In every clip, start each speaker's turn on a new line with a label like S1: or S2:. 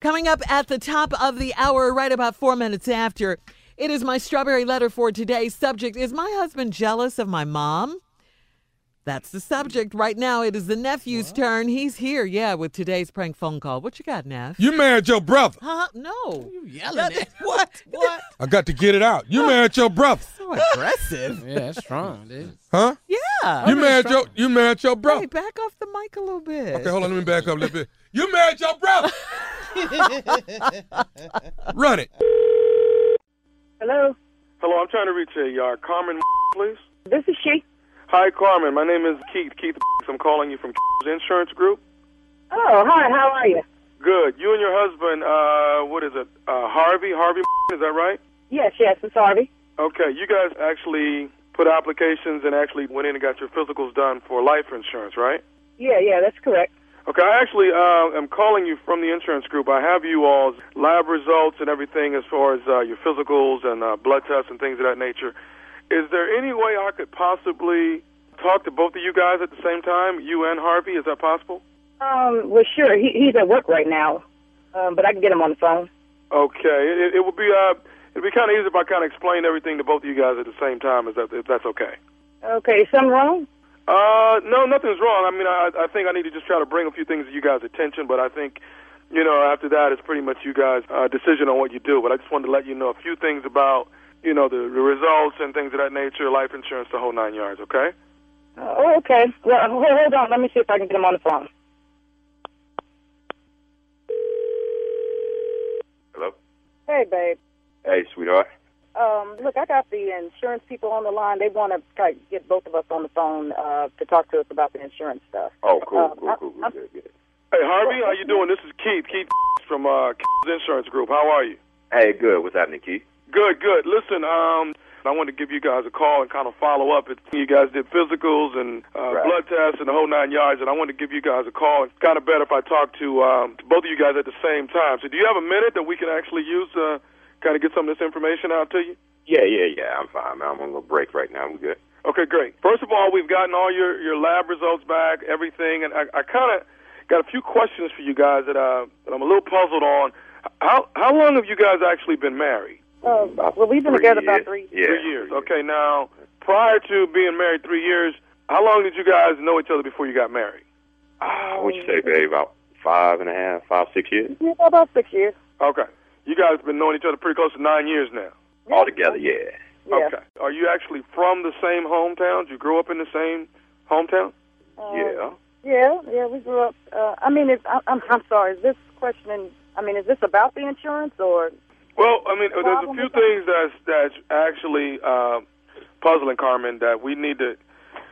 S1: Coming up at the top of the hour, right about four minutes after, it is my strawberry letter for today. Subject Is my husband jealous of my mom? That's the subject. Right now, it is the nephew's turn. He's here, yeah, with today's prank phone call. What you got, Neff?
S2: You mad at your brother.
S1: Huh? No.
S3: You yelling at?
S1: What?
S3: What?
S2: I got to get it out. You mad at your brother.
S1: So aggressive.
S3: yeah, that's strong, dude.
S2: Huh?
S1: yeah.
S2: You mad at your you mad at your brother.
S1: Hey, back off the mic a little bit.
S2: Okay, hold on, let me back up a little bit. You mad at your brother. Run it.
S4: Hello,
S5: Hello, I'm trying to reach a uh, Carmen, please.
S4: this is she.
S5: Hi, Carmen. My name is Keith. Keith, I'm calling you from Insurance Group.
S4: Oh, hi, how are you?
S5: Good. You and your husband, uh, what is it? Uh, Harvey. Harvey, is that right?
S4: Yes, yes, it's Harvey.
S5: Okay. You guys actually put applications and actually went in and got your physicals done for life insurance, right?
S4: Yeah, yeah, that's correct.
S5: Okay, I actually uh, am calling you from the insurance group. I have you all's lab results and everything as far as uh, your physicals and uh, blood tests and things of that nature. Is there any way I could possibly talk to both of you guys at the same time, you and Harvey? Is that possible?
S4: Um, well, sure, he, he's at work right now, um, but I can get him on the phone.
S5: Okay, it, it would be uh, it'd be kind of easy if I kind of explained everything to both of you guys at the same time. Is that if that's okay?
S4: Okay, is something wrong?
S5: Uh, no, nothing's wrong. I mean, I, I think I need to just try to bring a few things to you guys' attention, but I think, you know, after that, it's pretty much you guys' uh, decision on what you do. But I just wanted to let you know a few things about, you know, the, the results and things of that nature, life insurance, the whole nine yards, okay?
S4: Uh, oh, okay. Well, uh, hold, hold on, let me see if I can get him on the phone.
S6: Hello.
S4: Hey, babe.
S6: Hey, sweetheart.
S4: Um, look, I got the insurance people on the line. They want to like, get both of us on the phone uh, to talk to us about the insurance stuff.
S6: Oh, cool,
S4: Uh,
S6: cool,
S4: I-
S6: cool, cool.
S4: I'm-
S6: Good, good.
S5: Hey, Harvey, how you doing? This is Keith, Keith from uh, Keith's Insurance Group. How are you?
S6: Hey, good. What's happening, Keith?
S5: Good, good. Listen, um, I wanted to give you guys a call and kind of follow up. It- You guys did physicals and uh,
S6: Right.
S5: blood tests and the whole nine yards, and I wanted to give you guys a call. It's kind of better if I talk to, um, to both of you guys at the same time. So, do you have a minute that we can actually use to kind of get some of this information out to you?
S6: Yeah, yeah, yeah. I'm fine. man. I'm on a little break right now. I'm good.
S5: Okay, great. First of all, we've gotten all your, your lab results back, everything, and I, I kind of got a few questions for you guys that, uh, that I'm a little puzzled on. How, how long have you guys actually been married?
S4: Uh, well, we've been
S6: Three
S4: together about
S6: years.
S4: three.
S6: Yeah.
S5: Three years. Okay, now, prior to being married three years, how long did you guys know each other before you got married?
S6: Ah, what you say, babe? About five and a half, five, six years
S4: Yeah, about six years.
S5: Okay. You guys have been knowing each other pretty close to nine years now.
S6: all together. Yeah.
S4: Yeah.
S5: Okay. Are you actually from the same hometown? Did you grow up in the same hometown?
S4: Um,
S6: Yeah.
S4: Yeah, yeah, we grew up. Uh, I mean, it's, I, I'm I'm sorry. Is this questioning? I mean, is this about the insurance or?
S5: Well, I mean, there's a
S4: problem
S5: few
S4: with that?
S5: things that's that's actually uh, puzzling, Carmen. That we need to.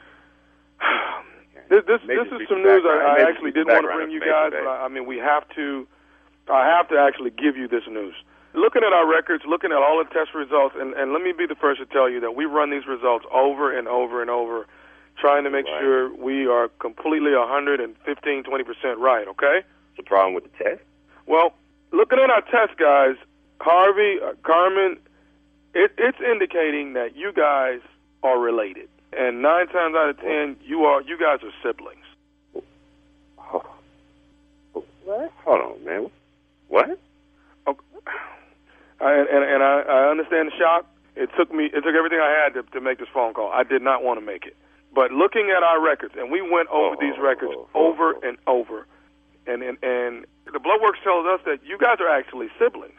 S5: this this,
S6: Maybe
S5: this
S6: just
S5: is
S6: do
S5: some
S6: some
S5: news
S6: background-
S5: I, I
S6: maybe
S5: actually
S6: do some
S5: didn't want to bring
S6: background
S5: you guys,
S6: information,
S5: but
S6: babe.
S5: I, I mean, we have to. I have to actually give you this news. Looking at our records, looking at all the test results, and, and let me be the first to tell you that we run these results over and over and over, trying to make
S6: Right.
S5: sure we are completely 115, 20% right, okay?
S6: What's the problem with the test?
S5: Well, looking at our test, guys, Harvey, uh, Carmen, it, it's indicating that you guys are related, and nine times out of ten, you are you guys are siblings.
S6: Oh,
S4: What?
S6: hold on, man. What?
S5: Oh, I, and and I, I understand the shock. It took me it took everything I had to, to make this phone call. I did not want to make it, but looking at our records, and we went over
S6: Oh,
S5: these
S6: oh,
S5: records
S6: oh, oh,
S5: over
S6: oh.
S5: and over, and and and the blood work tells us that you guys are actually siblings.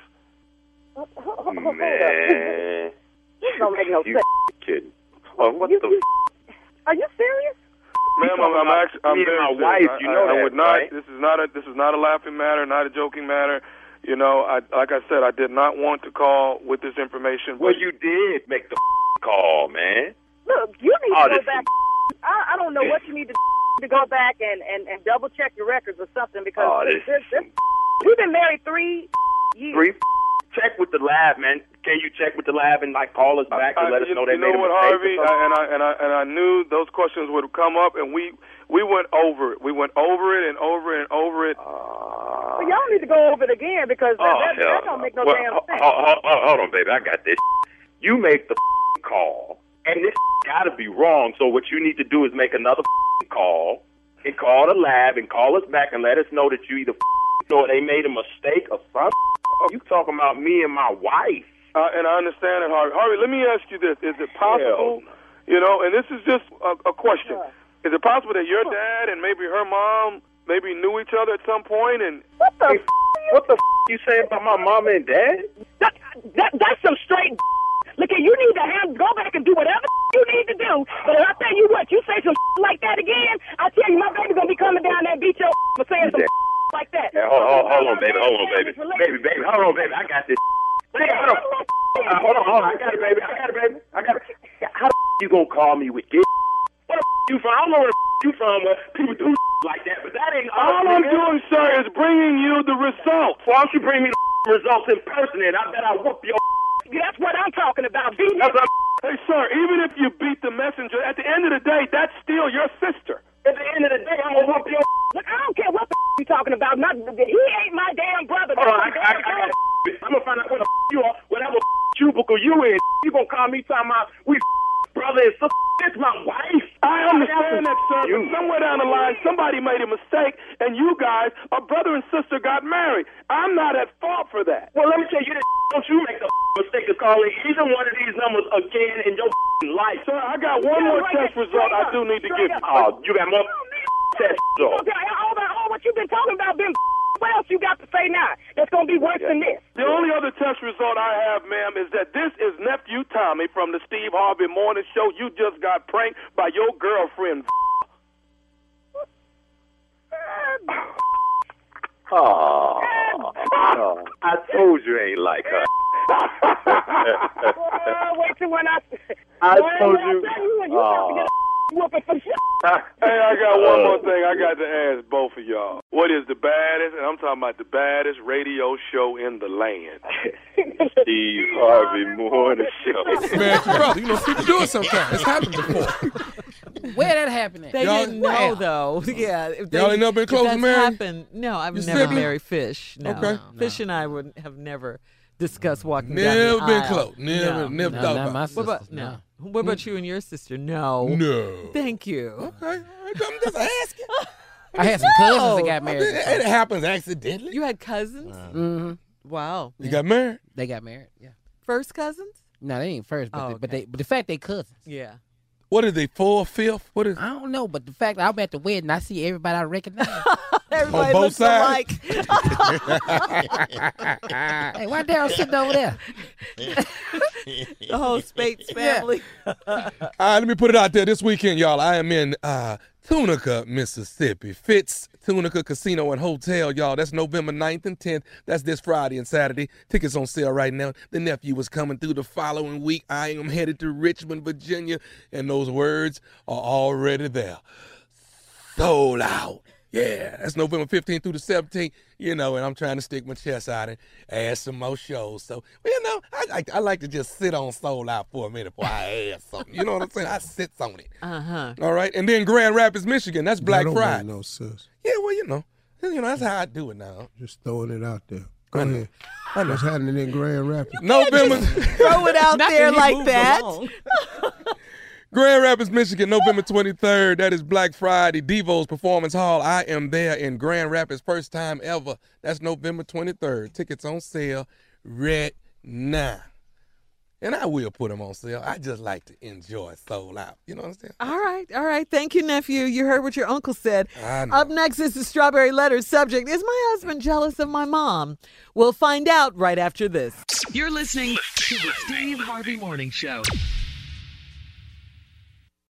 S4: Ho- ho- ho- Hold up.
S6: Man.
S4: This don't make no
S6: you
S4: sense.
S6: kidding? Oh, what
S4: You-
S6: the?
S4: you- Are you serious?
S5: Ma'am, I'm, I'm actually, I'm
S6: Me and
S5: very
S6: my
S5: serious.
S6: wife,
S5: I-
S6: you know
S5: I, I
S6: that,
S5: would not.
S6: right?
S5: This is not a this is not a laughing matter, not a joking matter. You know, I like I said, I did not want to call with this information.
S6: Well,
S5: but
S6: you did make the call, man.
S4: Look, you need
S6: Oh,
S4: to go
S6: this-
S4: back. I, I don't know what you need to to go back and, and, and double check your records or something because
S6: Oh, this-
S4: this, this, we've been married three years.
S6: Three. Check with the lab, man. Can you check with the lab and like call us back
S5: I-
S6: and let us
S4: Uh,
S5: you,
S6: know they
S5: you know
S6: made
S5: what,
S6: a
S5: Harvey,
S6: mistake? or something?
S5: I, and I and I and I knew those questions would come up, and we we went over it. We went over it and over it and over it.
S6: Ah.
S4: Well, y'all need to go over it again because that, Uh, that,
S6: Oh, hell
S4: that don't
S6: no.
S4: make no
S6: Well,
S4: damn
S6: ho-
S4: sense.
S6: ho- ho- ho- hold on, baby. I got this. You make the call, and this got to be wrong. So what you need to do is make another call and call the lab and call us back and let us know that you either know they made a mistake or something. You talking about me and my wife?
S5: Uh, and I understand it, Harvey. Harvey, let me ask you this: Is it possible,
S6: Hell no.
S5: you know? And this is just a, a question:
S4: Yeah.
S5: Is it possible that your dad and maybe her mom maybe knew each other at some point? And
S4: What the?
S6: Hey,
S4: F-
S6: what the f- you say about my mom and dad?
S7: That, that, that's some straight. Look at you need to have go back and do whatever you need to do. But I tell you what, you say some like that again, I tell you my baby's gonna be coming down there and beat your for saying some like that.
S6: Yeah, hold, hold, hold on, baby, hold on, baby, baby, baby, hold on, baby. I got this. Nigga, hold on, Uh, hold on, hold on. I got it, baby. I got it, baby. I got it. How the f- you gonna call me with this? Where the f- you from? I don't know where the f- you from. But people do like that, but that ain't
S5: all I'm doing, sir, is bringing you the results.
S6: Why don't you bring me the f- results in person? And I bet I whoop your. f-
S7: That's what I'm talking about. Be
S6: That's what I'm
S5: Hey, sir, even if you beat the messenger, at the end of the day, that's still your sister.
S6: At the end of the day, I'm gonna whoop your.
S7: Look, I don't care what the you talking about. Not, he ain't my damn brother.
S6: Hold on, I, I, I got. I'm gonna find out where the f- you are, whatever f- cubicle you in. You gonna call me talking about we f- brother and sister? That's my wife.
S5: I understand that, sir, but
S6: You.
S5: somewhere down the line, somebody made a mistake, and you guys, a brother and sister, got married. I'm not at fault for that.
S6: Well, let me tell you this. Don't you make the f- mistake of calling either one of these numbers again in your f- life.
S5: Sir, I got one more test result I do need to give you.
S6: Oh, you got more test off.
S7: Okay, all that, all what you've been talking about, been what else you got to say now? That's gonna be worse than this.
S5: The only other test result I have, ma'am, is that this is nephew Tommy from the Steve Harvey Morning Show. You just got pranked by your girlfriend.
S6: Oh, I told you ain't like her.
S7: Uh, wait till when I.
S6: I
S7: Boy,
S6: told
S7: when
S6: you. Ah.
S7: I tell you, when you about to get a whooping for shit.
S5: Hey, I got one more thing I got to ask both of y'all. What is the baddest, and I'm talking about the baddest radio show in the land?
S6: Steve Harvey Morning Show.
S2: Man, it's your brother. You know, people do it sometimes. It's happened before.
S3: Where that happened at?
S1: They
S2: Y'all-
S1: didn't know
S3: Wow.
S1: though. Yeah, if they,
S2: Y'all ain't never been
S1: if
S2: close to
S1: that's
S2: marrying?
S1: Happened. No, I've
S2: Your
S1: never
S2: sibling?
S1: married Fish. No.
S2: Okay.
S1: Fish and I would have never discussed walking down
S2: Never
S1: the
S2: been
S1: aisle.
S2: close. Never,
S1: No.
S2: never
S3: No,
S2: thought
S3: not my
S2: about.
S1: What about
S3: sisters,
S1: no?
S3: no.
S1: What about you and your sister? No.
S2: it. No.
S1: Thank you.
S2: Okay, all right, I'm just asking.
S3: I had some cousins that got
S2: I mean,
S3: married.
S2: it, it happens accidentally.
S1: You had cousins?
S3: hmm
S1: Wow.
S2: You got married.
S3: They got married. Yeah.
S1: First cousins?
S3: No, they ain't first, but,
S1: Oh,
S3: the, but
S1: okay.
S3: they but the fact they cousins.
S1: Yeah.
S2: What is they? Four, fifth? What is?
S3: I don't know, but the fact I'm at the wedding, I see everybody I recognize.
S1: Everybody
S2: both
S1: looks
S2: sides?
S1: alike.
S3: hey, why Daryl sitting over there?
S1: the whole Spates family.
S2: All right, let me put it out there. This weekend, y'all, I am in uh, Tunica, Mississippi. Fitz Tunica Casino and Hotel, y'all. That's November 9th and 10th. That's this Friday and Saturday. Tickets on sale right now. The nephew is coming through the following week. I am headed to Richmond, Virginia, and those words are already there. Sold out. Yeah, that's November 15th through the 17th, you know, and I'm trying to stick my chest out and add some more shows. So, you know, I like, I like to just sit on Sold Out for a minute before I add something. You know what I'm saying? I sits on it.
S1: Uh huh.
S2: All right. And then Grand Rapids, Michigan. That's Black
S8: I don't
S2: Friday.
S8: know, sis.
S2: Yeah, well, you know. You know, that's how I do it now.
S8: Just throwing it out there. Go ahead. What's happening in Grand Rapids?
S2: November
S1: Throw it out there
S3: he
S1: like
S3: moved
S1: that.
S3: along.
S2: Grand Rapids, Michigan, November 23rd. That is Black Friday. Devo's Performance Hall. I am there in Grand Rapids, first time ever. That's November 23rd. Tickets on sale right now. And I will put them on sale. I just like to enjoy Soul Out. You know what I'm saying?
S1: All right, all right. Thank you, nephew. You heard what your uncle said.
S2: I know.
S1: Up next is the strawberry letter subject. Is my husband jealous of my mom? We'll find out right after this.
S9: You're listening to the Steve Harvey Morning Show.